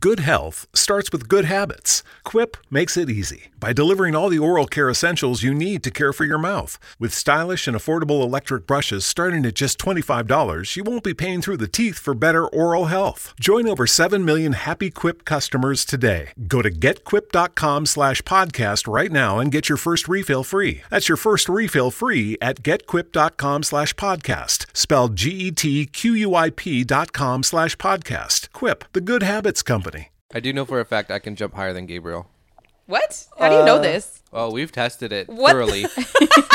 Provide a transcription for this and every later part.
Good health starts with good habits. Quip makes it easy by delivering all the oral care essentials you need to care for your mouth. With stylish and affordable electric brushes starting at just $25, you won't be paying through the teeth for better oral health. Join over 7 million happy Quip customers today. Go to getquip.com slash podcast right now and get your first refill free. That's your first refill free at getquip.com slash podcast, spelled E G-E-T-Q-U-I-P dot com slash podcast. Quip, the good habits company. I do know for a fact I can jump higher than Gabriel. What? How do you Uh, know this? Well, Oh, we've tested it What the-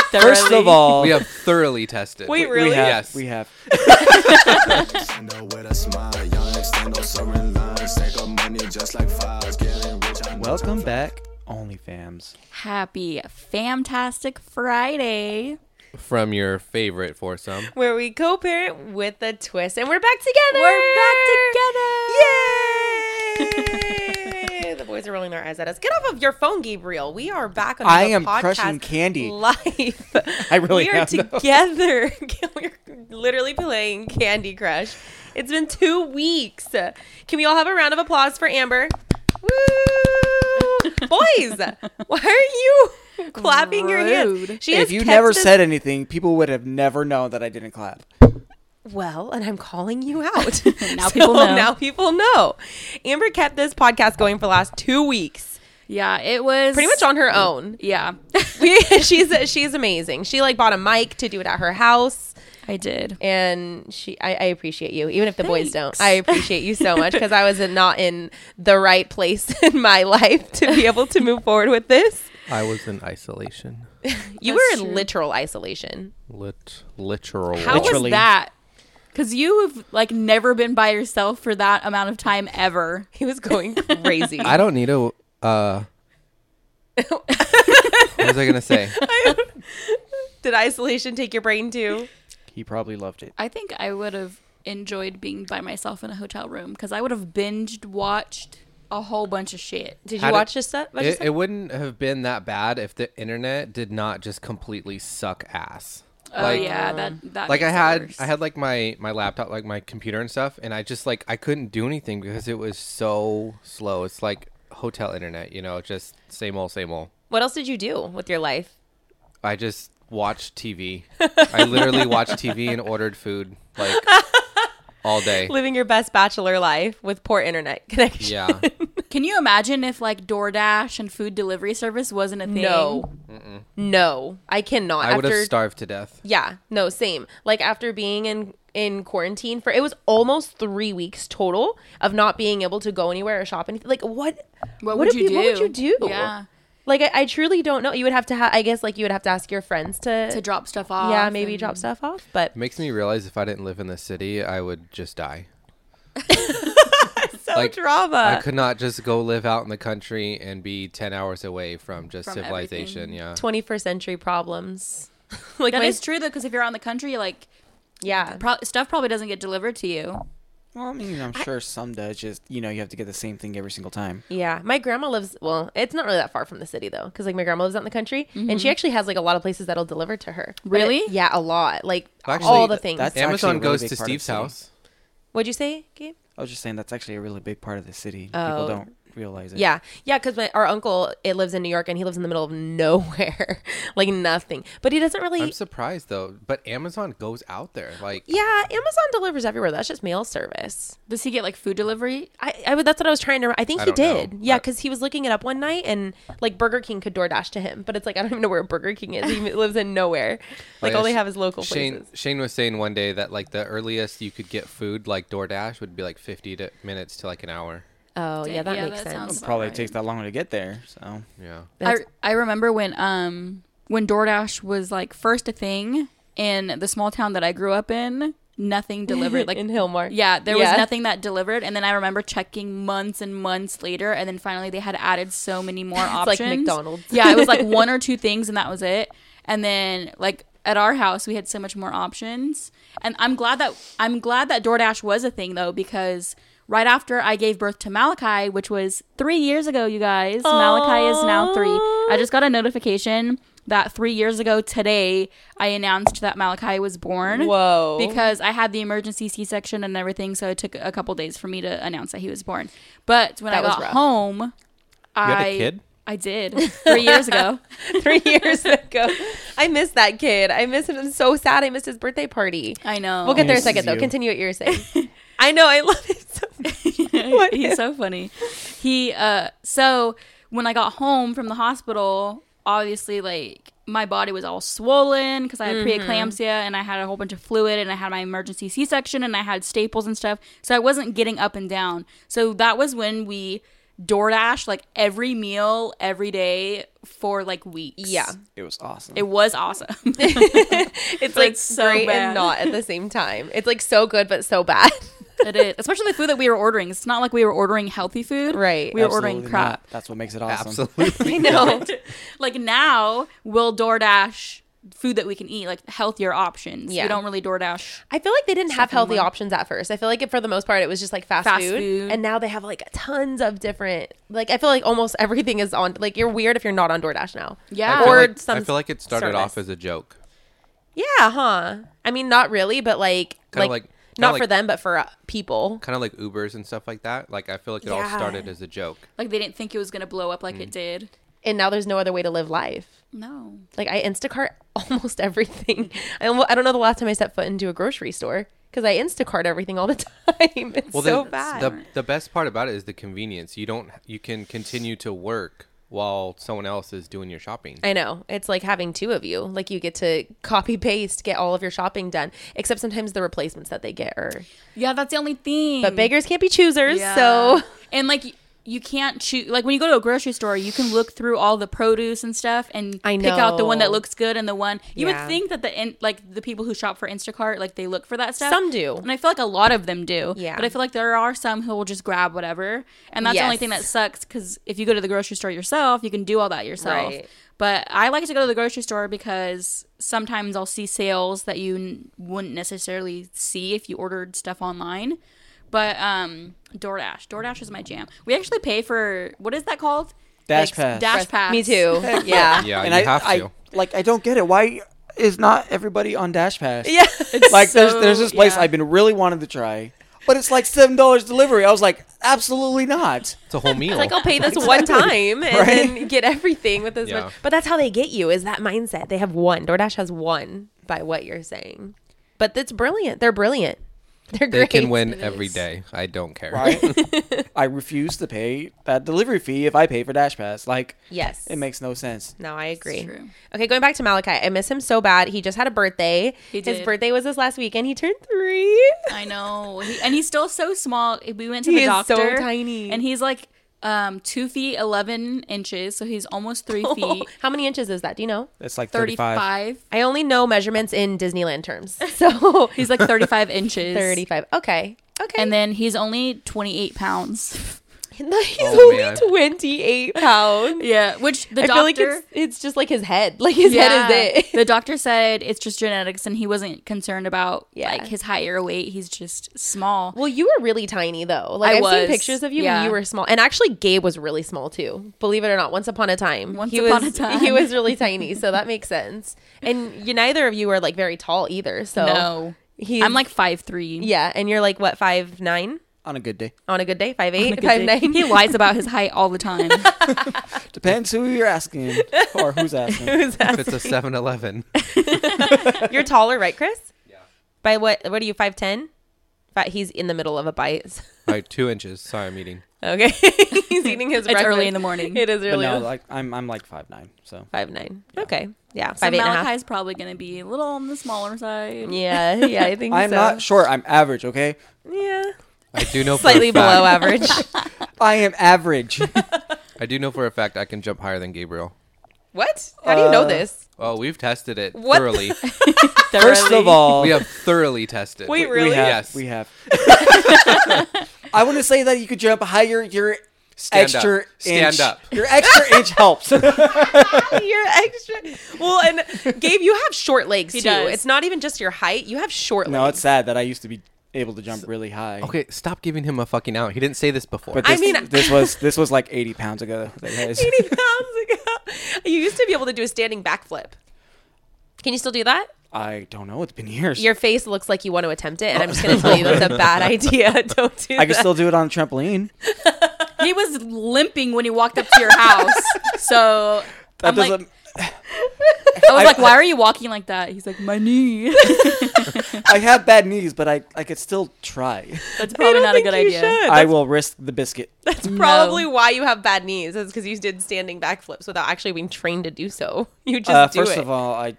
thoroughly. First of all, we have thoroughly tested. Wait, really? we have, Yes. we have. Welcome back, OnlyFams. Happy Fantastic Friday, From your favorite foursome. where we co-parent with a twist, and we're back together. We're back together. Yay! the boys are rolling their eyes at us. Get off of your phone, Gabriel. We are back on. I the am podcast crushing candy. Life. I really we are am, though. together. We're literally playing Candy Crush. It's been two weeks. Can we all have a round of applause for Amber? Woo! Boys, why are you clapping your hands? Rude. She has If you kept never this- said anything, people would have never known that I didn't clap. Well, and I'm calling you out. Now people know. Now people know. Amber kept this podcast going for the last two weeks, Yeah, it was pretty much on her own. Yeah, We, she's she's amazing. She like bought a mic to do it at her house, I did. and she I, I appreciate you, even if the boys don't. Thanks. I appreciate you so much because I was not in the right place in my life to be able to move forward with this. I was in isolation. You That's were in true. literal isolation. Lit literal. How Literally. was that? Because you've like never been by yourself for that amount of time ever. He was going crazy. I don't need a uh What was I gonna say? Did isolation take your brain too? He probably loved it. I think I would have enjoyed being by myself in a hotel room because I would have binged watched a whole bunch of shit. Did you How did- watch this set? watch this It, it wouldn't have been that bad if the internet did not just completely suck ass. Oh yeah, that that like I makes it had worse. I had like my my laptop like my computer and stuff and I just like I couldn't do anything because it was so slow. It's like hotel internet, you know, just same old same old. What else did you do with your life? I just watched TV. I literally watched TV and ordered food like all day. Living your best bachelor life with poor internet connection. Yeah. Can you imagine if like DoorDash and food delivery service wasn't a thing? No. No, I cannot. I would have After- starved to death. Yeah, no, same. Like after being in in quarantine for it was almost three weeks total of not being able to go anywhere or shop anything. Like what? What, What would if you you- do? what would you do? Yeah, Like I, I truly don't know. You would have to. Ha- I guess like you would have to ask your friends to. to drop stuff off. yeah, maybe and- drop stuff off. But It makes me realize if I didn't live in this city, I would just die. so like, drama. I could not just go live out in the country and be 10 hours away from just From civilization. Yeah. 21st century problems. like That my- is true though, because if you're out in the country, like yeah. pro- stuff probably doesn't get delivered to you. Well, I mean, I'm sure some does. Just you know, you have to get the same thing every single time. Yeah, my grandma lives. Well, it's not really that far from the city though, because like my grandma lives out in the country, and she actually has like a lot of places that'll deliver to her. But it- Really? yeah, a lot. Like Well, actually, all the th- things. that's- actually a Amazon really goes big to part of Steve's the city. house. What'd you say, Gabe? I was just saying that's actually a really big part of the city. Oh. People don't realize it. Yeah, yeah, because our uncle it lives in New York, and he lives in the middle of nowhere, like nothing. But he doesn't really. I'm surprised though, but Amazon goes out there. Like, yeah, Amazon delivers everywhere. That's just mail service. Does he get like food delivery? I, I would- that's what I was trying to. I think I he don't know. did. Yeah, I- because he was looking it up one night, and like Burger King could DoorDash to him, but it's like I don't even know where Burger King is. He lives in nowhere. Like yeah, all they Sh- have is local Shane, places. Shane was saying one day that like the earliest you could get food like DoorDash would be like 50 to minutes to like an hour. Oh yeah, that Yeah, makes that sense. sounds- Probably Right. takes that long to get there. So Yeah. I, That's- I remember when um when DoorDash was like first a thing in the small town that I grew up in. nothing delivered. Like In Hillmar. Yeah, there Yeah. was nothing that delivered. And then I remember checking months and months later, and then finally they had added so many more like options. McDonald's. yeah, it was like one or two things, and that was it. And then like at our house, we had so much more options. And I'm glad that I'm glad that DoorDash was a thing though, because right after I gave birth to Malachi, which was three years ago, you guys, Malachi is now three. I just got a notification that three years ago today, I announced that Malachi was born. Whoa. Because I had the emergency C section and everything, so it took a couple days for me to announce that he was born. But when That I was got rough. home, I had a kid? I did three years ago. three years ago. I miss that kid. I miss him. I'm so sad. I missed his birthday party. I know. We'll get there in Misses a second, though. you. Continue what you were saying. I know. I love it so much. What he's if? so funny. He uh so when I got home from the hospital, obviously like my body was all swollen because I had Mm-hmm. preeclampsia and I had a whole bunch of fluid and I had my emergency C section and I had staples and stuff. So I wasn't getting up and down. So that was when we DoorDash like every meal every day for like weeks. Yeah. It was awesome. It was awesome. It's like it's so great bad. and not at the same time. It's like so good, but so bad. it is. Especially the food that we were ordering. It's not like we were ordering healthy food. Right. We were Absolutely ordering not. crap. That's what makes it awesome. Absolutely. I know. like now we'll DoorDash food that we can eat, like healthier options. Yeah. We don't really DoorDash. I feel like they didn't have healthy options at first. I feel like it, for the most part, it was just like fast, Fast food, food. and now they have like tons of different. Like I feel like almost everything is on. Like you're weird if you're not on DoorDash now. Yeah. I feel or like, some. I feel like it started service. off as a joke. Yeah, huh? I mean, not really, but like, Kinda like, like- kinda not for like- them, but for uh, people. Kind of like Ubers and stuff like that. Like I feel like it all Yeah. started as a joke. Like they didn't think it was gonna blow up like Mm. it did. And now there's no other way to live life. No. Like I Instacart almost everything. I, almo- I don't know the last time I set foot into a grocery store because I Instacart everything all the time. It's so the, bad. The, the best part about it is the convenience. You don't you can continue to work while someone else is doing your shopping. I know. It's like having two of you. Like you get to copy paste, get all of your shopping done. Except sometimes the replacements that they get are. Yeah, that's the only thing. But beggars can't be choosers. Mm. Yeah. So and like y- you can't choose. Like when you go to a grocery store, you can look through all the produce and stuff and I pick out the one that know. looks good and the one you Yeah. would think that the in, like the people who shop for Instacart like they look for that stuff. Some do. and I feel like a lot of them do. Yeah. but I feel like there are some who will just grab whatever, and that's the only Yes. thing that sucks because if you go to the grocery store yourself, you can do all that yourself. Right. But I like to go to the grocery store because sometimes I'll see sales that you n- wouldn't necessarily see if you ordered stuff online. But um DoorDash, DoorDash is my jam. We actually pay for what is that called? Dash Ex- pass. Dash pass. me too. Yeah. Yeah, and you I, have I- to. like I don't get it. Why is not everybody on Dash Pass? Yeah. like there's there's so- this place yeah. I've been really wanting to try, but it's like seven dollars delivery. I was like, absolutely not. It's a whole meal. Like I'll pay this one time and Right? then get everything with this Yeah. one. But that's how they get you is that mindset. They have one. DoorDash has one by what you're saying. But that's brilliant. They're brilliant. They're they great. can win every day. I don't care. Right? I refuse to pay that delivery fee if I pay for Dash Pass. Like, Yes. it makes no sense. No, I agree. true. Okay, going back to Malachi, I miss him so bad. He just had a birthday. He His did. birthday was this last weekend. He turned three. I know, he, and he's still so small. We went to He the is so doctor. tiny. and he's like um two feet eleven inches, so he's almost three feet. How many inches is that? Do you know? It's like thirty-five. Thirty-five. I only know measurements in Disneyland terms. So He's like thirty-five inches. 35. Okay. Okay. And then he's only twenty-eight pounds. he's Oh, only man. 28 pounds. Yeah, which the I doctor. feel like it's, it's just like his head. Like his head is it. the doctor said it's just genetics, and he wasn't concerned about Yeah. like his higher weight. He's just small. Well, you were really tiny though. Like I I have seen was, pictures of you when yeah. you were small, and actually, Gabe was really small too. Believe it or not, once upon a time, Once he upon was, a time. he was really tiny. So that makes sense. And you, neither of you are like very tall either. So no, he's- I'm like five three. yeah, and you're like what five nine on a good day. on a good day, five eight, five nine. He lies about his height all the time. Depends who you're asking or who's asking. Who's that? If it's a 7-Eleven, You're taller, right, Chris? Yeah. By what? What are you? Five ten? He's in the middle of a bite. like two inches. Sorry, I'm eating. Okay, he's eating his. It's breakfast. early in the morning. It is But early. no, like I'm I'm like five nine. So five nine. Okay, yeah, so five eight and a half. Malachi's probably going to be a little on the smaller side. Yeah, yeah, I think I'm so. not short. I'm average. Okay, yeah, I do know slightly for a fact, below average. I am average. I do know for a fact I can jump higher than Gabriel. What? How do you Uh, know this? Oh, we've tested it What the- thoroughly. First of all, we have thoroughly tested. Wait, really? We have. Yes. We have. I want to say that you could jump higher. Your Stand extra up. Stand inch, up. Your extra inch helps. You're extra. Well, and Gabe, you have short legs He too. does. It's not even just your height. You have short legs. no, it's sad that I used to be able to jump really high. Okay, stop giving him a fucking out. He didn't say this before. But I this, mean- this was this was like 80 pounds ago. that it was- 80 pounds ago. You used to be able to do a standing backflip. Can you still do that? I don't know. It's been years. Your face looks like you want to attempt it, and I'm just going to tell you that's a bad idea. Don't do I can that. still do it on a trampoline. he was limping when he walked up to your house. So That I'm like- doesn't. I was like, "Why are you walking like that?" He's like, "My knee." I have bad knees, but I I could still try. That's I probably don't not a think good you idea. should. I will risk the biscuit. That's probably why you have bad knees. Is because you did standing backflips without actually being trained to do so. You just Uh, do first it. of all, I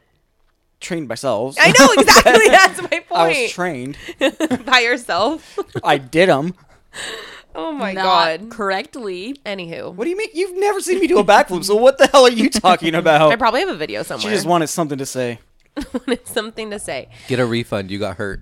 trained myself. I know exactly. that's my point. I was trained. By yourself. I did them. Oh my Not god. correctly. Anywho, What do you mean? You've never seen me do a backflip, so what the hell are you talking I about? probably have a video She somewhere. just wanted something to say. wanted something to say. Get a refund. You got hurt.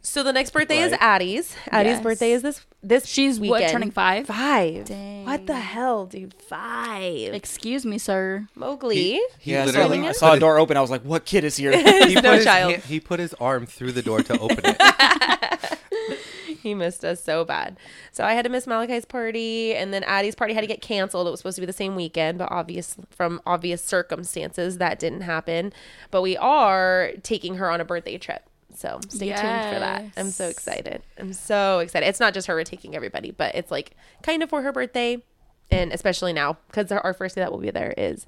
So the next birthday is Addie's. Addie's Yes. birthday is this this She's what, weekend. turning five? Five. Dang. What the hell, dude? Five. Excuse me, sir. Mowgli. He I saw, literally the- I put saw a his- door open. I was like, "What kid is here?" He no put, his, child. hand- he put his arm through the door to open it. He missed us so bad. So I had to miss Malachi's party, and then Addie's party had to get canceled. It was supposed to be the same weekend, but obvious from obvious circumstances that didn't happen. But we are taking her on a birthday trip. So stay tuned for that. I'm so Yes. excited. I'm so excited. It's not just her, we're taking everybody, but it's like kind of for her birthday. And especially now, because our first day that we'll be there is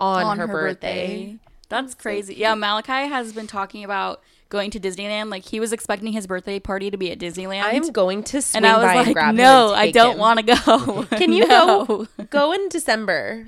on, her, birthday. That's crazy. yeah, Malachi has been talking about going to Disneyland. Like he was expecting his birthday party to be at Disneyland. I am going to swing and I by was and like, grab no, him. I don't want to go. Can you No. go? Go in December.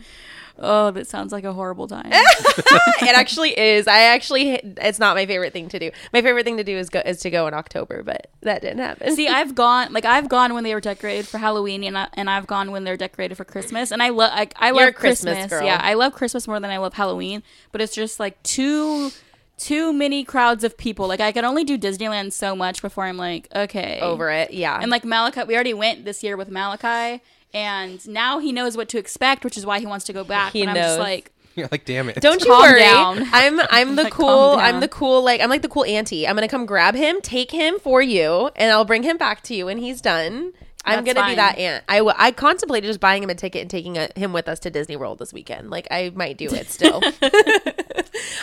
Oh, that sounds like a horrible time. it actually is. I actually, it's not my favorite thing to do. My favorite thing to do is go is to go in October, but that didn't happen. See, I've gone like I've gone when they were decorated for Halloween, and I, and I've gone when they're decorated for Christmas. And I love I, I You're a love Christmas Christmas. girl. Yeah, I love Christmas more than I love Halloween. But it's just like too too many crowds of people. Like I can only do Disneyland so much before I'm like okay over it, yeah. And like Malachi, we already went this year with Malachi, and now he knows what to expect, which is why he wants to go back. He and I'm knows. just like, You're like, damn it. don't you Calm worry. down. I'm I'm the Like, calm cool. I'm down. the cool. Like I'm like the cool auntie. I'm gonna come grab him, take him for you, and I'll bring him back to you when he's done. I'm That's gonna be fine. that aunt. I w- I contemplated just buying him a ticket and taking uh him with us to Disney World this weekend. Like I might do it still.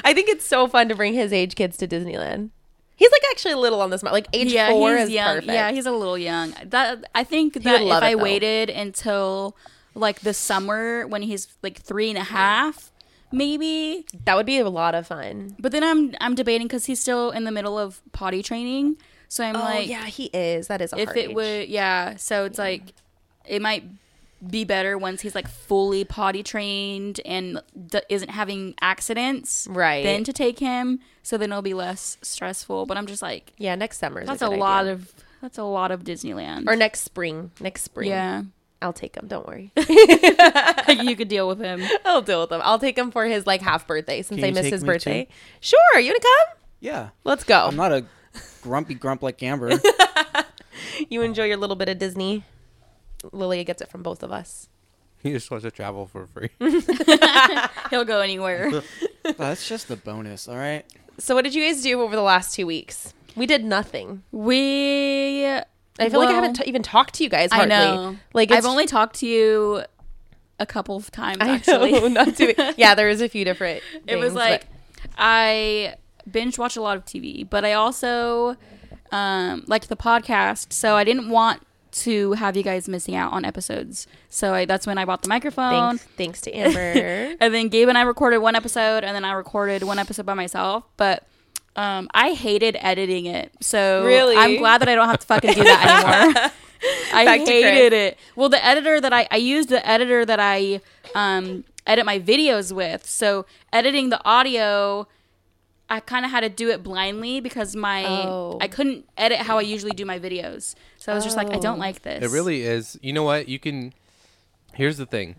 I think it's so fun to bring his age kids to Disneyland. He's like actually little on this. mo- Like age yeah, four he's is young. perfect. Yeah, he's a little young. That I think that if love it, I though. waited until like the summer when he's like three and a half, maybe. That would be a lot of fun. But then I'm I'm debating because he's still in the middle of potty training, so I'm oh like, yeah, he is. That is a if hard it age. would, yeah. So it's like it might be better once he's like fully potty trained and d- isn't having accidents Right. then to take him so then it'll be less stressful but i'm just like yeah, next summer. Is that's a, a, good lot idea. of that's a lot of disneyland or next spring. Next spring, yeah I'll take him. Don't worry, you could deal with him I'll deal with him. I'll take him for his like half birthday since Can I you missed take his me, birthday. Sure, you wanna come? Yeah, Let's go. I'm not a grumpy grump like Amber. you enjoy your little bit of Disney. Lilia gets it from both of us. He just wants to travel for free. he'll go anywhere That's just the bonus. All right. So, what did you guys do over the last two weeks? We did nothing. we I feel like I Well- haven't t- even talked to you guys. i Hardly. know Like i've it's- only talked to you a couple of times I actually know, not too. Yeah, there was a few different. it things, was but- like I binge watch a lot of TV, but I also um, liked the podcast, so I didn't want to have you guys missing out on episodes. So I, that's when I bought the microphone, thanks, thanks to Amber. and then Gabe and I recorded one episode, and then I recorded one episode by myself, but. Um, I hated editing it, so Really? I'm glad that I don't have to fucking do that anymore. I Back to Chris. hated it. Well, the editor that I I used the editor that I um edit my videos with. So editing the audio, I kind of had to do it blindly because my Oh. I couldn't edit how I Oh. usually do my videos. So I was just like, I don't like this. It really is. You know what? You can Here's the thing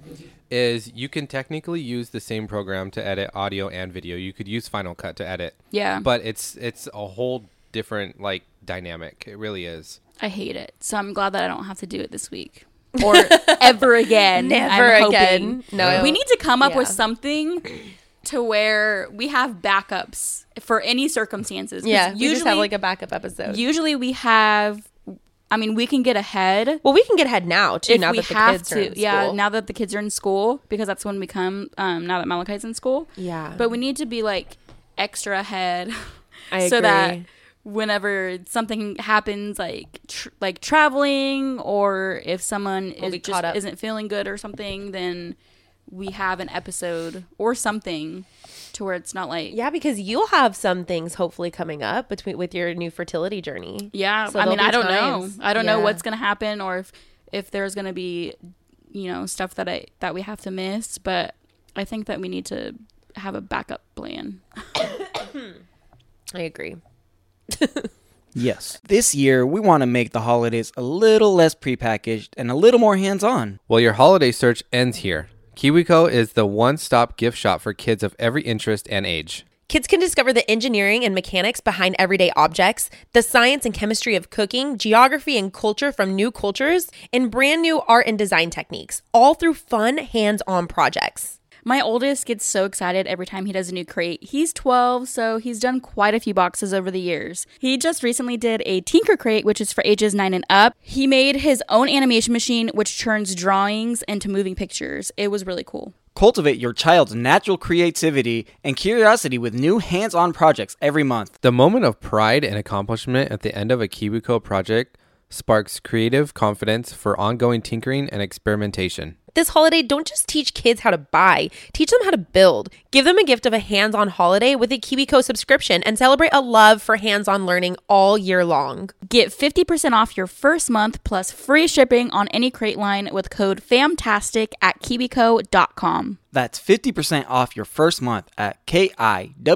is you can technically use the same program to edit audio and video. You could use Final Cut to edit. Yeah. But it's it's a whole different like dynamic. It really is. I hate it. So I'm glad that I don't have to do it this week or ever again. Never I'm again. hoping. No. We need to come up with Yeah. something to where we have backups for any circumstances. 'Cause Yeah, Usually, we just have like a backup episode. usually we have, I mean, we can get ahead. well, we can get ahead now too. if now we that the have kids to, are in yeah. school. Now that the kids are in school, because that's when we come. Um, now that Malachi's in school, Yeah. But we need to be like extra ahead, I so that agree. whenever something happens, like tr- like traveling, or if someone is be just caught up. isn't feeling good or something, then we have an episode or something to where it's not like yeah, because you'll have some things hopefully coming up between with your new fertility journey. Yeah, So I there'll mean, be I don't times. know. I don't know Yeah. what's gonna happen, or if if there's gonna be, you know, stuff that I that we have to miss. But I think that we need to have a backup plan. I agree. Yes. This year, we want to make the holidays a little less prepackaged and a little more hands on. Well, your holiday search ends here. KiwiCo is the one-stop gift shop for kids of every interest and age. Kids can discover the engineering and mechanics behind everyday objects, the science and chemistry of cooking, geography and culture from new cultures, and brand new art and design techniques, all through fun, hands on projects. My oldest gets so excited every time he does a new crate. He's 12, so he's done quite a few boxes over the years. He just recently did a Tinker Crate, which is for ages 9 and up. He made his own animation machine, which turns drawings into moving pictures. It was really cool. Cultivate your child's natural creativity and curiosity with new hands on projects every month. The moment of pride and accomplishment at the end of a KiwiCo project sparks creative confidence for ongoing tinkering and experimentation. This holiday, don't just teach kids how to buy, teach them how to build. Give them a gift of a hands on holiday with a KiwiCo subscription and celebrate a love for hands on learning all year long. Get 50% off your first month plus free shipping on any crate line with code FAMTASTIC at KiwiCo.com. That's 50% off your first month at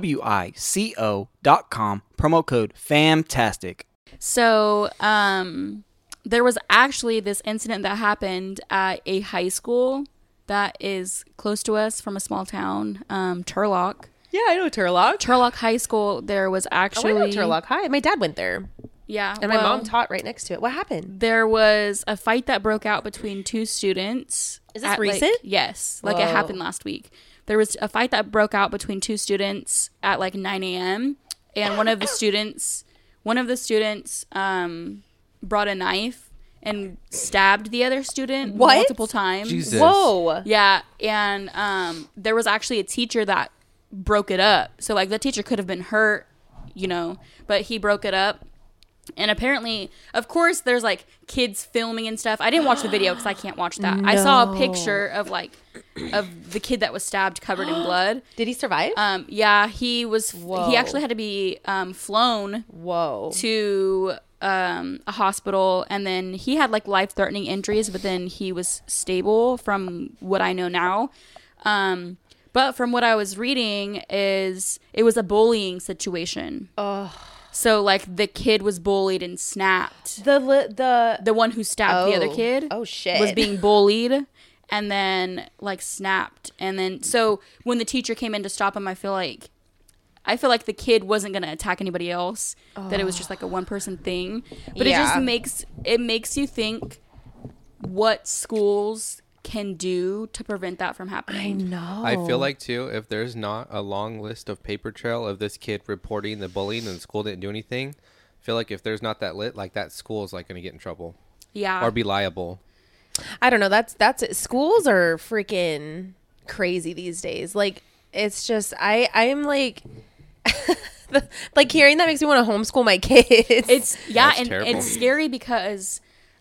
K-I-W-I-C-O dot com, promo code FAMTASTIC. So, um, there was actually this incident that happened at a high school that is close to us from a small town, um, Turlock. Yeah, I know Turlock. Turlock High School, there was Oh, I actually. know Turlock. Hi, my dad went there, Yeah. and my well, mom taught right next to it. What happened? There was a fight that broke out between two students. Is this at, like- recent? yes, like it Whoa. happened last week. There was a fight that broke out between two students at like 9 a.m. and one of the students, one of the students, um, brought a knife and stabbed the other student What? multiple times. Jesus. Whoa. Yeah, and um, there was actually a teacher that broke it up. So like the teacher could have been hurt, you know, but he broke it up. And apparently, of course, there's like kids filming and stuff. I didn't watch the video because I can't watch that. I saw a picture of like of the kid that was stabbed, covered in blood. Did he survive? Um, yeah, he was. Whoa. He actually had to be um, flown Whoa. to um, a hospital, and then he had like life threatening injuries, but then he was stable from what I know now. Um, but from what I was reading, is it was a bullying situation. Oh. So like the kid was bullied and snapped. The li- the The one who stabbed the other Oh. kid, Oh, shit. was being bullied, and then like snapped, and then so when the teacher came in to stop him, I feel like I feel like the kid wasn't gonna attack anybody else. That it was just like a one person thing. But it Yeah. just makes it makes you think what schools can do to prevent that from happening. no. I Oh. feel like too, if there's not a long list of paper trail of this kid reporting the bullying and the school didn't do anything, I feel like if there's not that lit, like that school is like going to get in trouble Yeah. or be liable. I don't know. That's that's it. Schools are freaking crazy these days. Like it's just I I'm like like hearing that makes me want to homeschool my kids. it's yeah, That's and terrible. it's scary because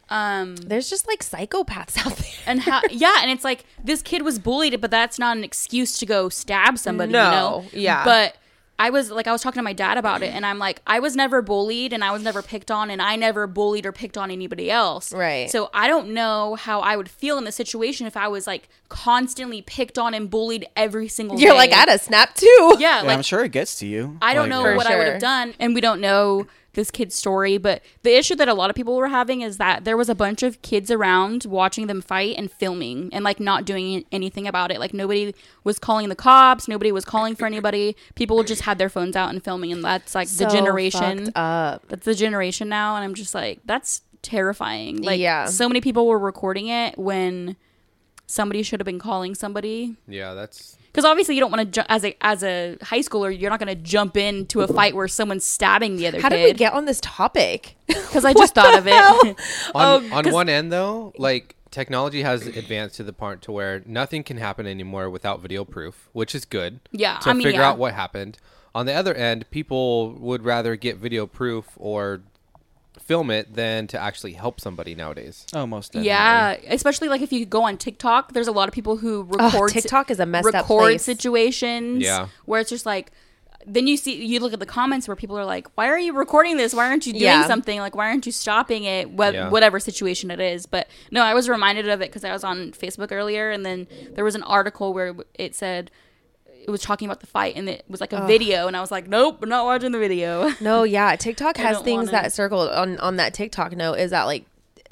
um, There's just like psychopaths out there. and how yeah and it's like this kid was bullied but that's not an excuse to go stab somebody you No, know yeah. but i was like i was talking to my dad about it and i'm like i was never bullied and i was never picked on and i never bullied or picked on anybody else Right. so i don't know how i would feel in the situation if i was like constantly picked on and bullied every single You're day like I'd have snapped too. yeah And like I'm sure it gets to you. I don't Like, know For what I would sure. have done, and we don't know this kid's story, but the issue that a lot of people were having is that there was a bunch of kids around watching them fight and filming and like not doing anything about it. Like nobody was calling the cops, nobody was calling for anybody. People just had their phones out and filming, and that's like So the generation. fucked up. That's the generation now, and I'm just like, that's terrifying. Like, Yeah. so many people were recording it when somebody should have been calling somebody Yeah, that's because obviously you don't want to ju- as a as a high schooler you're not going to jump into a fight where someone's stabbing the other How kid did we get on this topic? because i just thought of it on, Um, on one end though like technology has advanced to the point to where nothing can happen anymore without video proof which is good Yeah, to I mean, figure yeah. out what happened on the other end people would rather get video proof or film it than to actually help somebody nowadays Almost. yeah especially like if you go on tiktok there's a lot of people who record si- TikTok is a messed up record place. situations Yeah. where it's just like then you see you look at the comments where people are like why are you recording this why aren't you doing Yeah. something like why aren't you stopping it what, Yeah. whatever situation it is but no i was reminded of it because i was on facebook earlier and then there was an article where it said it was talking about the fight and it was like a video and i was like nope we're not watching the video No, yeah, TikTok has don't things wanna- that circled on on that TikTok note is that like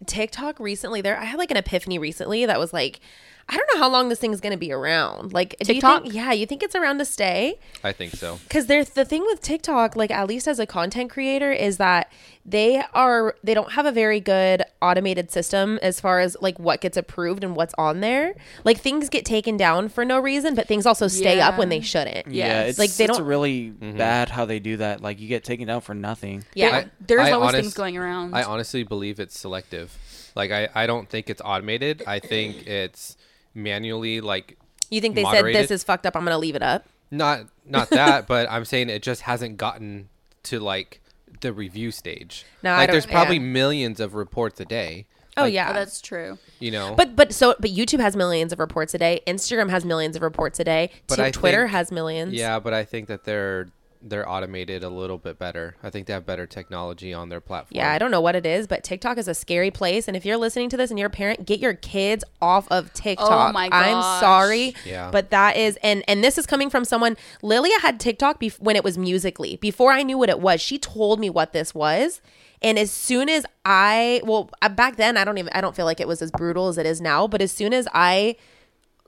TikTok recently there I had like an epiphany recently that was like I don't know how long this thing's going to be around. Like do you TikTok? think yeah, you think it's around to stay? i think so because there's the thing with TikTok, like at least as a content creator, is that they are they don't have a very good automated system as far as like what gets approved and what's on there. Like things get taken down for no reason, but things also stay up Yeah. when they shouldn't. Yeah, it's like they it's don't. really bad how they do that. Like you get taken down for nothing. yeah, I- there's I always honest- things going around Oh, Mm. I honestly believe it's selective. Like I, I don't think it's automated. I think it's manually like you think they said moderated. this is fucked up? I'm gonna leave it up. not not that, but I'm saying it just hasn't gotten to like the review stage. No, I like don't- there's probably yeah. millions of reports a day. Oh Like, yeah, Oh, that's true you know. but but so but YouTube has millions of reports a day. Instagram has millions of reports a day. But Tw- I Twitter think- has millions. yeah, but I think that they're they're automated a little bit better. I think they have better technology on their platform. Yeah, I don't know what it is, but TikTok is a scary place. And if you're listening to this and you're a parent, get your kids off of TikTok. Oh my I'm gosh. sorry, Yeah. but that is and and this is coming from someone. Lilia had TikTok bef- when it was Musically. Before I knew what it was, she told me what this was. And as soon as I well uh, back then, I don't even I don't feel like it was as brutal as it is now. But as soon as I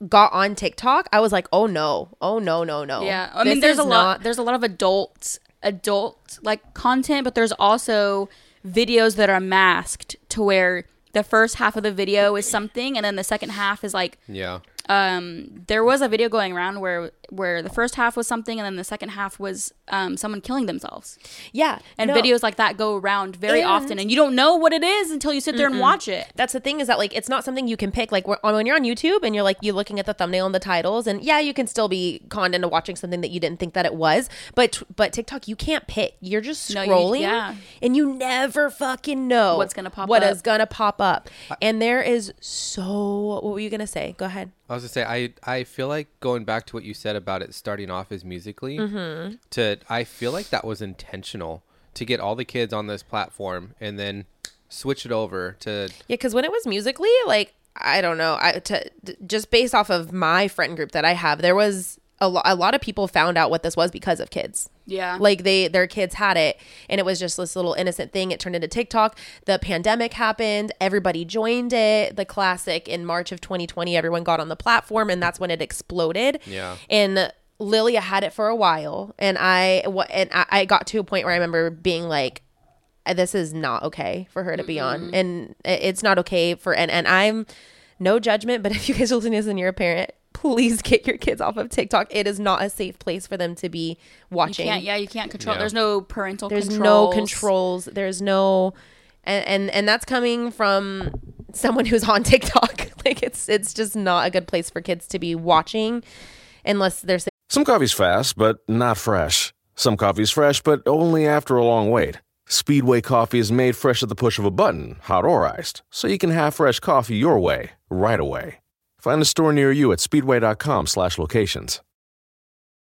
got on TikTok, I was like, oh no, oh no, no, no. Yeah, I This mean, is there's a lot. not- there's a lot of adult, adult like content, but there's also videos that are masked to where the first half of the video is something, and then the second half is like Yeah. um, there was a video going around where where the first half was something, and then the second half was um, someone killing themselves, yeah, and no. videos like that go around very And- often, and you don't know what it is until you sit there and watch it. that's the thing is that like it's not something you can pick like wh- when you're on youtube and you're like you're looking at the thumbnail and the titles and yeah you can still be conned into watching something that you didn't think that it was but but tiktok you can't pick you're just No, you- scrolling yeah. and you never fucking know What's gonna pop what up. is gonna pop up and there is so what were you gonna say go ahead I was gonna say I I feel like going back to what you said about it starting off as musically Mm-hmm. to I feel like that was intentional to get all the kids on this platform and then switch it over to Yeah, because when it was musically, like I don't know, I to, d- just based off of my friend group that I have, there was a, lo- a lot of people found out what this was because of kids. Yeah. like they their kids had it, and it was just this little innocent thing. It turned into TikTok. The pandemic happened. Everybody joined it. The classic in March of 2020, everyone got on the platform, and that's when it exploded. Yeah. and. Lilia had it for a while, and I wa- and I, I got to a point where I remember being like, this is not okay for her to be on and i- it's not okay for and and i'm no judgment but if you guys are listening to this and you're a parent please get your kids off of tiktok it is not a safe place for them to be watching Can't, yeah, you can't control. Yeah. There's no parental. there's controls. no controls there's no and, and and that's coming from someone who's on tiktok like it's it's just not a good place for kids to be watching unless they're Some coffee's fast, but not fresh. Some coffee's fresh, but only after a long wait. Speedway coffee is made fresh at the push of a button, hot or iced, so you can have fresh coffee your way, right away. Find a store near you at speedway.com slash locations.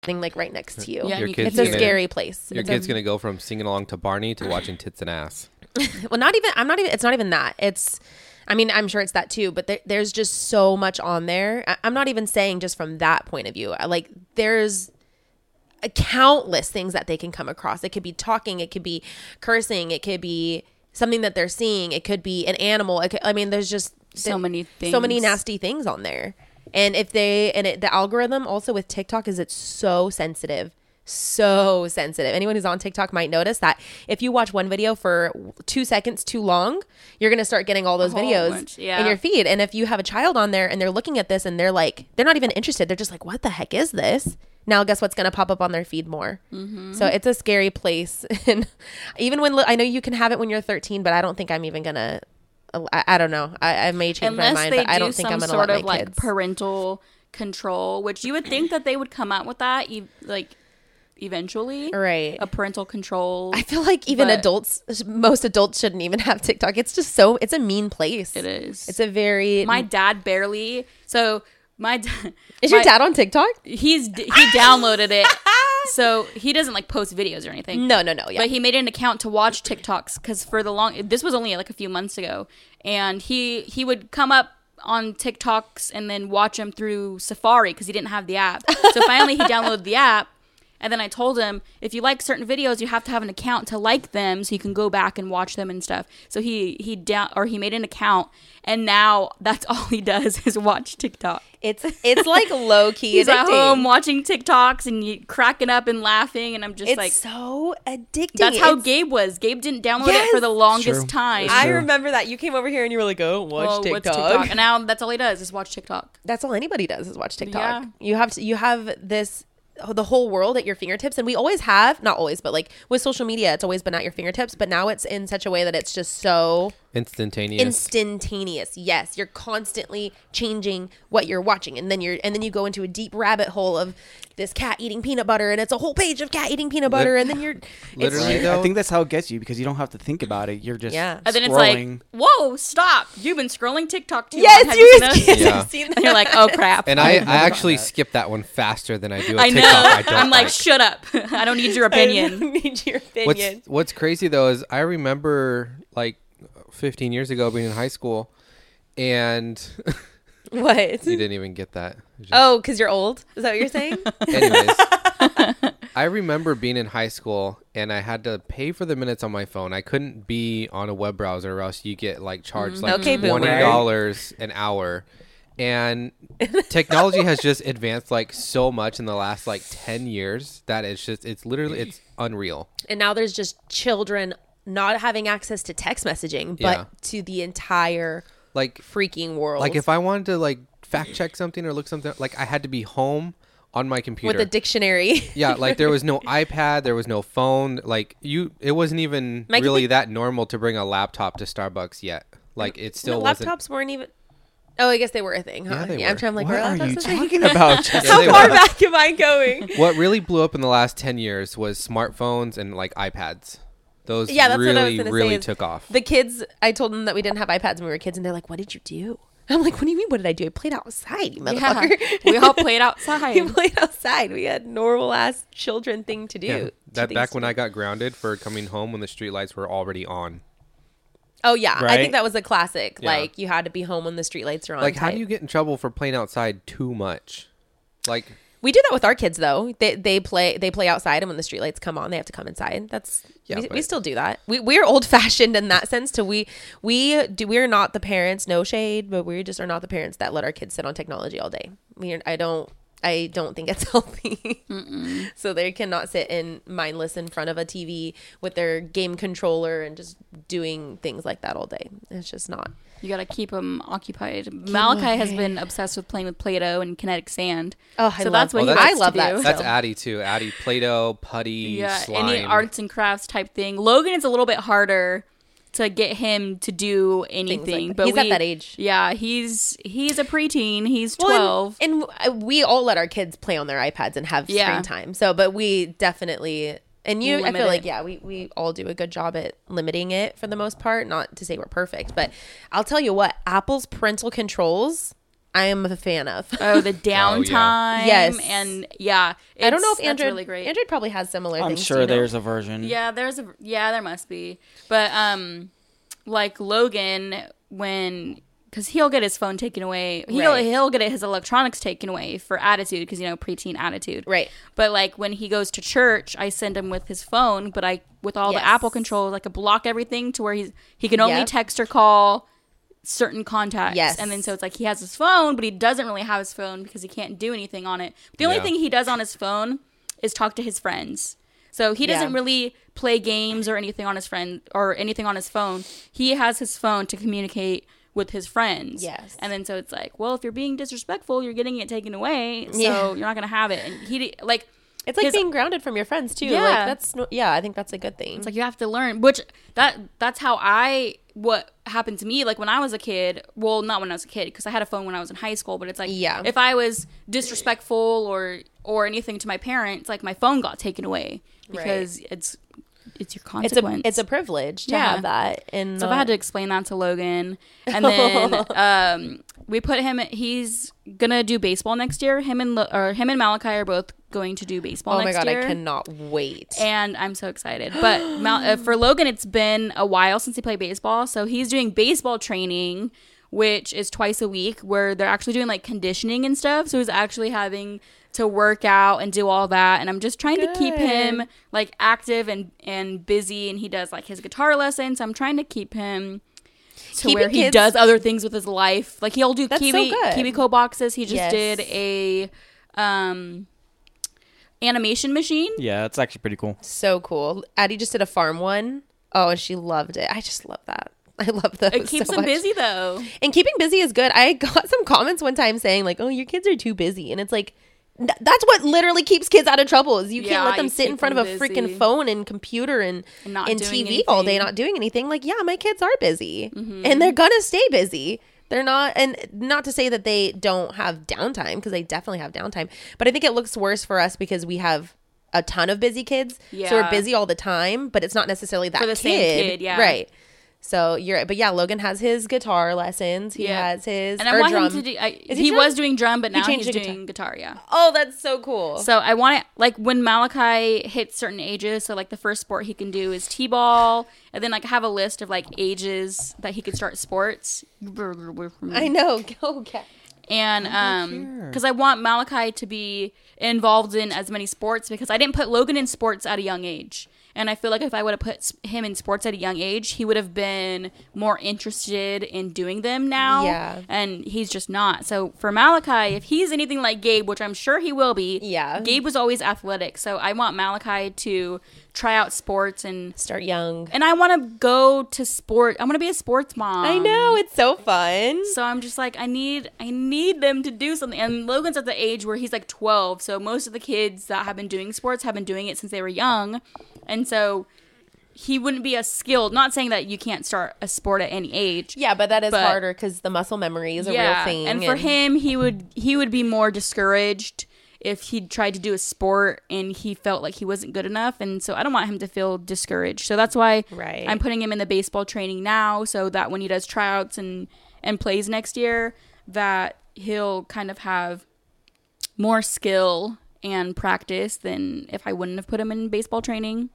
sitting like right next to you Yeah, Your you- kids it's a gonna- scary place your kid's gonna go from singing along to Barney to watching tits and ass. well not even i'm not even it's not even that it's i mean i'm sure it's that too but there, there's just so much on there I, i'm not even saying just from that point of view I, like there's countless things that they can come across. It could be talking, it could be cursing, it could be something that they're seeing, it could be an animal. It could, I mean, there's just So many so many things. nasty things on there. And if they and it, the algorithm also with TikTok is it's so sensitive. So sensitive. Anyone who's on TikTok might notice that if you watch one video for two seconds too long, you're gonna start getting all those whole videos bunch, in yeah. your feed. And if you have a child on there and they're looking at this and they're like, they're not even interested. They're just like, what the heck is this? Now, guess what's going to pop up on their feed more? Mm-hmm. So it's a scary place. And even when I know you can have it when you're 13, but I don't think I'm even going to. I, I don't know. I, I may change unless my mind, they but do I don't think some I'm going to sort let my of like kids. parental control, which you would think that they would come out with that, ev- like eventually, Right. A parental control. I feel like even but- adults, most adults shouldn't even have TikTok. It's just so, it's a mean place. it is. It's a very. my dad barely. So my dad is your my- dad on TikTok? He's d- he downloaded it, so he doesn't like post videos or anything. No, no, no. Yeah. But he made an account to watch TikToks because for the long this was only like a few months ago, and he he would come up on TikToks and then watch them through Safari because he didn't have the app. So finally, he downloaded the app, and then I told him if you like certain videos, you have to have an account to like them so you can go back and watch them and stuff. So he he down or he made an account, and now that's all he does is watch TikTok. it's it's like low key. He's at addicting. home watching TikToks and you, cracking up and laughing, and I'm just It's like, so addicting. that's how It's- Gabe was. Gabe didn't download Yes. it for the longest True. time. It's I true. remember that you came over here and you were like, "Oh, watch Well, TikTok." what's TikTok? And now that's all he does is watch TikTok. That's all anybody does is watch TikTok. Yeah. You have to. You have this the whole world at your fingertips, and we always have not always, but like with social media, it's always been at your fingertips. But now it's in such a way that it's just so Instantaneous. instantaneous. Yes, you're constantly changing what you're watching, and then you're and then you go into a deep rabbit hole of this cat eating peanut butter, and it's a whole page of cat eating peanut butter, and then you're it's Literally, Right? though, I think that's how it gets you because you don't have to think about it. You're just Yeah. And then scrolling. it's like, whoa, stop! You've been scrolling TikTok too long. yes, Have you seen guys this?" kids Yeah. have seen And you're that. like, oh crap! and I, I actually skip that one faster than I do a I know. TikTok. I don't I'm like, like. shut up! I don't need your opinion. need your opinion. What's What's crazy though is I remember like 15 years ago being in high school, and What? you didn't even get that. It was just- Oh, because you're old? Is that what you're saying? Anyways, I remember being in high school and I had to pay for the minutes on my phone. I couldn't be on a web browser or else you get like charged like Mm-hmm. Okay, boomer. twenty dollars an hour. And technology has just advanced like so much in the last like ten years that it's just it's literally it's unreal. and now there's just children not having access to text messaging, but Yeah. to the entire Like freaking world. like if I wanted to like fact check something or look something like I had to be home on my computer with a dictionary. Yeah, like there was no iPad, there was no phone. Like you, it wasn't even Mike, you really think- that normal to bring a laptop to Starbucks yet. Like it still no, wasn't. laptops weren't even. Oh, I guess they were a thing, Yeah, huh? they I'm were. trying to like, what were are you laptops a thing? talking about? Yeah, Jessica? they How far were. back am I going? What really blew up in the last ten years was smartphones and like iPads. Those Yeah, that's really, what I was going to really say. is took off. The kids, I told them that we didn't have iPads when we were kids, and they're like, "What did you do?" I'm like, "What do you mean? What did I do? I played outside, you Yeah, motherfucker. we all played outside. we played outside. We had normal ass children thing to do. Yeah. two that things back to when do. I got grounded for coming home when the streetlights were already on. Oh yeah, I Right? think that was a classic. Yeah. Like you had to be home when the streetlights are on. Like, how do type. you get in trouble for playing outside too much? Like, We do that with our kids though. They they play they play outside, and when the streetlights come on, they have to come inside. That's Yeah, we, we but- still do that. We we're old fashioned in that sense. To we we do we're not the parents. No shade, but we just are not the parents that let our kids sit on technology all day. We I don't. I don't think it's healthy. so they cannot sit in mindless in front of a TV with their game controller and just doing things like that all day. It's just not. You gotta keep him occupied. Malachi has been obsessed with playing with Play-Doh and kinetic sand. Oh, I so love- that's what Oh, he that's- likes I love to that do. stuff. that's So- Addie too. Addie, Play-Doh, putty, yeah, slime. any arts and crafts type thing. Logan is a little bit harder to get him to do anything, that. but He's at we- that age. Yeah, he's he's a preteen. He's twelve. Well, and, and we all let our kids play on their iPads and have Yeah. screen time. So, but we definitely and you, I Limit feel like it. yeah, we we all do a good job at limiting it for the most part. Not to say we're perfect, but I'll tell you what, Apple's parental controls, I am a fan of. oh, the downtime. Yes. and yeah, I don't know if it's- that's Android really great. Android probably has similar. I'm things sure too. there's a version. Yeah, there's a yeah, there must be. But um like Logan when because he'll get his phone taken away. He'll Right. he'll get his electronics taken away for attitude because you know preteen attitude. Right. But like when he goes to church, I send him with his phone, but I with all Yes. the Apple controls, like I block everything to where he's he can only Yep. text or call certain contacts. Yes. And then so it's like he has his phone, but he doesn't really have his phone because he can't do anything on it. But the only Yeah. thing he does on his phone is talk to his friends. So he doesn't Yeah. really play games or anything on his friend or anything on his phone. He has his phone to communicate with his friends. Yes. And then so it's like, well, if you're being disrespectful, you're getting it taken away. So Yeah. you're not gonna have it. And he di- like It's like his- being grounded from your friends too. Yeah. Like that's no- yeah, I think that's a good thing. It's like you have to learn, which that that's how I what happened to me. Like when I was a kid, well, not when I was a kid because I had a phone when I was in high school. But it's like, Yeah. if I was disrespectful or or anything to my parents, like my phone got taken away because it's it's your it's a consequence. it's a privilege to Yeah. have that. And so if I had to explain that to Logan, and then um, we put him. He's gonna do baseball next year. Him and Lo- or him and Malachi are both going to do baseball. oh my next god, year I cannot wait. and I'm so excited. But Mal- uh, for Logan, it's been a while since he played baseball, so he's doing baseball training, which is twice a week, where they're actually doing like conditioning and stuff. So he's actually having to work out and do all that, and I'm just trying to keep him like active and and busy. And he does like his guitar lessons. So I'm trying to keep him. To Keeping where he kids- does other things with his life, like he'll do That's so kiwi good. kiwi co boxes. He Yes. just did a um animation machine. Yeah, it's actually pretty cool. so cool. Addie just did a farm one. Oh, and she loved it. I just love that. I love those. It keeps so him much. busy though. And keeping busy is good. I got some comments one time saying like, "Oh, your kids are too busy," and it's like. th- That's what literally keeps kids out of trouble. Is you Yeah, can't let them you sit in keep front of them a busy. freaking phone and computer and And and, not doing TV all day, anything. Mm-hmm. not doing anything. Like, yeah, my kids are busy, and they're gonna stay busy. They're not, and not to say that they don't have downtime because they definitely have downtime. But I think it looks worse for us because we have a ton of busy kids, so Yeah. we're busy all the time. But it's not necessarily that For the same kid, yeah. right. So you're right. But yeah, Logan has his guitar lessons. He Yeah. has his and I or want drum. him to do. I, Is he drum? was doing drum, but He now he's changed to guitar. doing guitar. Yeah. Oh, that's so cool. So I want it like when Malachi hits certain ages. So like the first sport he can do is t-ball, and then like I have a list of like ages that he could start sports. I know. Okay. and um because i want malachi to be involved in as many sports because i didn't put logan in sports at a young age and i feel like if i would have put s- him in sports at a young age he would have been more interested in doing them now Yeah. and he's just not so for malachi if he's anything like gabe which i'm sure he will be Yeah. gabe was always athletic so i want malachi to try out sports and Start young. and i want to go to sport i want to be a sports mom I know. It's so fun. Um, so I'm just like, I need, I need them to do something. And Logan's at the age where he's like 12, so most of the kids that have been doing sports have been doing it since they were young, and so he wouldn't be as skilled. Not saying that you can't start a sport at any age. Yeah, but that is But- harder because the muscle memory is a real thing. And for him, he would, he would be more discouraged if he tried to do a sport and he felt like he wasn't good enough. And so I don't want him to feel discouraged. So that's why Right. I'm putting him in the baseball training now so that when he does tryouts and and plays next year that he'll kind of have more skill and practice than if I wouldn't have put him in baseball training.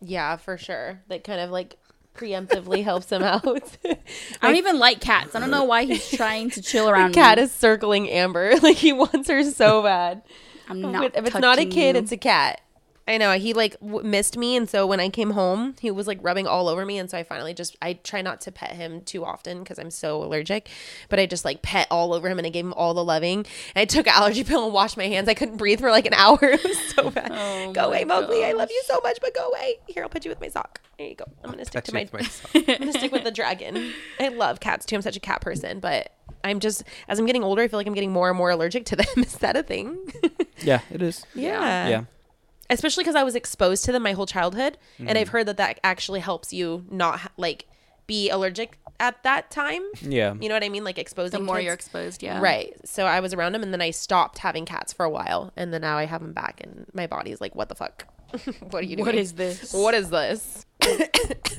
yeah, for sure. That kind of like preemptively helps him out. I don't even like cats. I don't know why he's trying to chill around Cat me. is circling Amber like he wants her so bad. I'm not if it's not a touching kid, you. it's a cat. I know he like w- missed me, and so when I came home, he was like rubbing all over me, and so I finally just I try not to pet him too often because I'm so allergic, but I just like pet all over him and I gave him all the loving. And I took an allergy pill and washed my hands. I couldn't breathe for like an hour. It was so bad. go away, Mowgli. I love you so much, but go away. Here, I'll put you with my sock. There you go. I'm gonna stick to my. Touching myself. I'm gonna stick with the dragon. I love cats too. I'm such a cat person, but I'm just as I'm getting older, I feel like I'm getting more and more allergic to them. Is that a thing? Yeah, it is. Yeah. Yeah. Especially because I was exposed to them my whole childhood, and I've heard that that actually helps you not ha- like be allergic at that time. Yeah. You know what I mean? Like exposing the more kids. you're exposed, yeah. Right. So I was around them, and then I stopped having cats for a while, and then now I have them back, and my body's like, "What the fuck? what are you doing? What is this? What is this?"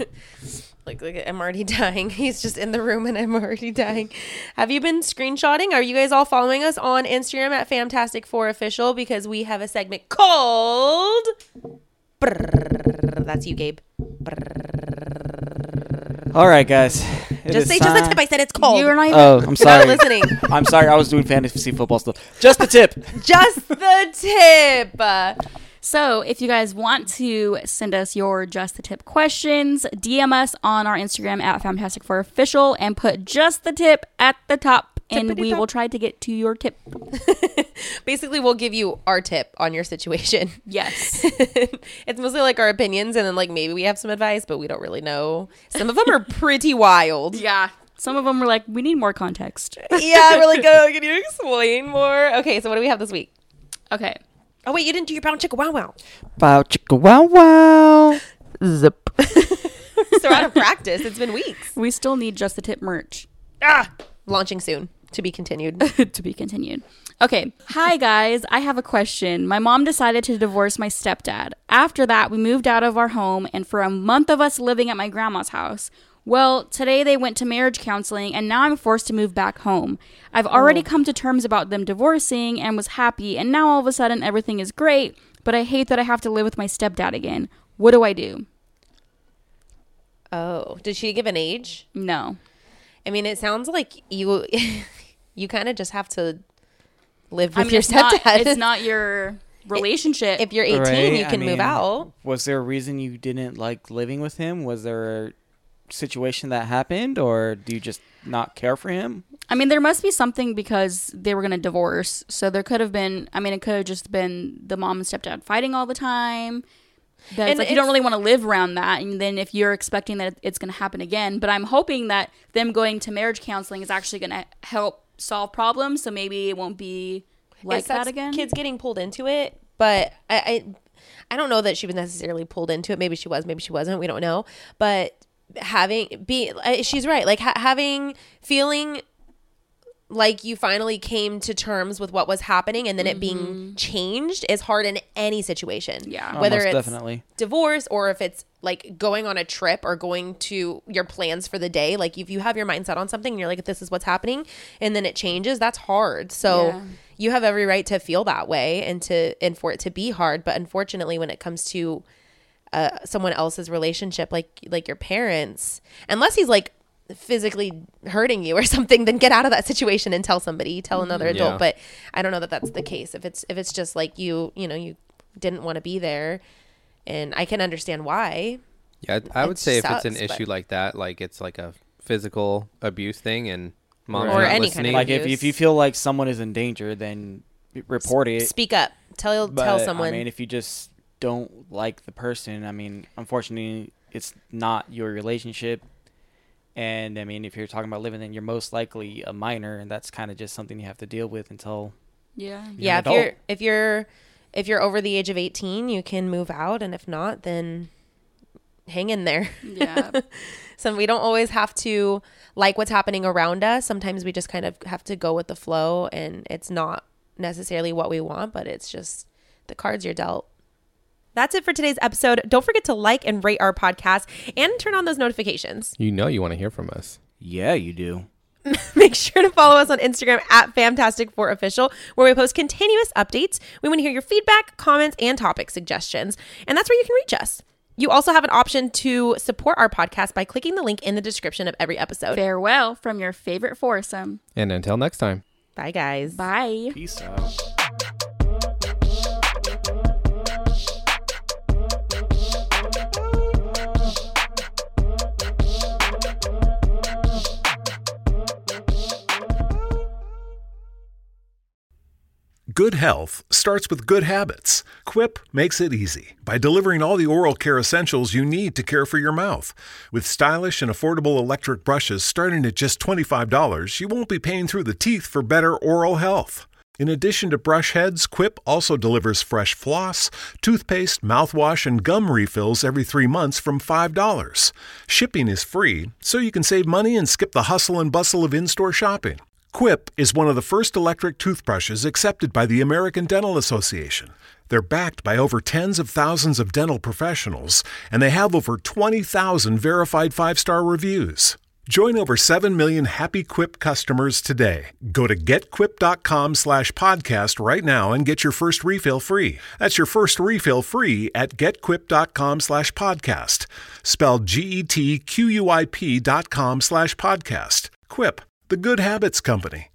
like, like, I'm already dying. He's just in the room, and I'm already dying. Have you been screenshotting? Are you guys all following us on Instagram at Fantastic Four Official because we have a segment called. Brrrr. That's you, Gabe. Brrrr. All right, guys. It Just is say, just the time- tip. I said it's cold. You're not even. Oh, I'm sorry. listening. I'm sorry. I was doing fantasy football stuff. Just the tip. just the tip. Uh, So, if you guys want to send us your just the tip questions, DM us on our Instagram at Fantastic for Official and put just the tip at the top, and we Tippity-top. will try to get to your tip. Basically, we'll give you our tip on your situation. Yes. it's mostly like our opinions, and then like maybe we have some advice, but we don't really know. Some of them are pretty wild. yeah. Some of them were like, we need more context. yeah, we're like, oh, can you explain more? Okay, so what do we have this week? Okay. Oh wait, you didn't do your brown chicken wow wow. Bow chicka wow wow. Zip. so we're out of practice. It's been weeks. We still need just the tip merch. Launching soon. To be continued. to be continued. Okay. Hi, guys. I have a question. My mom decided to divorce my stepdad. After that, we moved out of our home, and for a month of us living at my grandma's house. Well, today they went to marriage counseling, and now I'm forced to move back home. I've Oh. already come to terms about them divorcing and was happy, and now all of a sudden everything is great, but I hate that I have to live with my stepdad again. What do I do? Oh, did she give an age? No. I mean, it sounds like you you kind of just have to live with I mean, your it's stepdad. not, it's not your relationship. if you're 18, Right, you I can move mean, out. Was there a reason you didn't like living with him? Was there a situation that happened, or do you just not care for him? I mean, there must be something because they were going to divorce. So there could have been, I mean, it could have just been the mom and stepdad fighting all the time. That it's And like you don't it's- really want to live around that. And then if you're expecting that it's going to happen again, but I'm hoping that them going to marriage counseling is actually going to help solve problems. So maybe it won't be like It sucks that again. Kids getting pulled into it, but I, I I don't know that she was necessarily pulled into it. Maybe she was, maybe she wasn't. We don't know. But having be uh, she's right. Like ha- having feeling like you finally came to terms with what was happening and then it being changed is hard in any situation. Mm-hmm. Yeah. Oh, Whether most it's definitely. divorce or if it's like going on a trip or going to your plans for the day, like if you have your mindset on something and you're like, this is what's happening, and then it changes, that's hard. So Yeah. you have every right to feel that way and to and for it to be hard. But unfortunately, when it comes to uh, someone else's relationship, like like your parents, unless he's like physically hurting you or something, then get out of that situation and tell somebody, Mm-hmm. tell another adult. Yeah. But I don't know that that's the case. If it's if it's just like you, you know, you didn't want to be there, and I can understand why. Yeah, I I would It say if it's an sucks, but- issue like that, like it's like a physical abuse thing, and mom's not Or any kind listening. of Like if, Yes. if you feel like someone is in danger, then report it. Speak up. Tell But, tell someone. I mean, if you just don't like the person, I mean, unfortunately, it's not your relationship. And I mean, if you're talking about living, then you're most likely a minor, and that's kind of just something you have to deal with until. yeah. yeah, if an you're adult. if you're if you're over the age of eighteen, you can move out, and if not, then hang in there. Yeah. So we don't always have to like what's happening around us. Sometimes we just kind of have to go with the flow, and it's not necessarily what we want, but it's just the cards you're dealt. That's it for today's episode. Don't forget to like and rate our podcast and turn on those notifications. You know, you want to hear from us. Yeah, you do. Make sure to follow us on Instagram at Fantastic4Official, where we post continuous updates. We want to hear your feedback, comments, and topic suggestions. And that's where you can reach us. You also have an option to support our podcast by clicking the link in the description of every episode. Farewell from your favorite foursome. And until next time. Bye, guys. Bye. Peace out. Good health starts with good habits. Quip makes it easy by delivering all the oral care essentials you need to care for your mouth. With stylish and affordable electric brushes starting at just $25, you won't be paying through the teeth for better oral health. In addition to brush heads, Quip also delivers fresh floss, toothpaste, mouthwash, and gum refills every three months from $5. Shipping is free, so you can save money and skip the hustle and bustle of in store shopping. Quip is one of the first electric toothbrushes accepted by the American Dental Association. They're backed by over tens of thousands of dental professionals, and they have over 20,000 verified five star reviews. Join over 7 million happy Quip customers today. Go to getquip.com slash podcast right now and get your first refill free. That's your first refill free at getquip.com slash podcast. Spelled G E T Q U I P dot com slash podcast. Quip, the good habits company.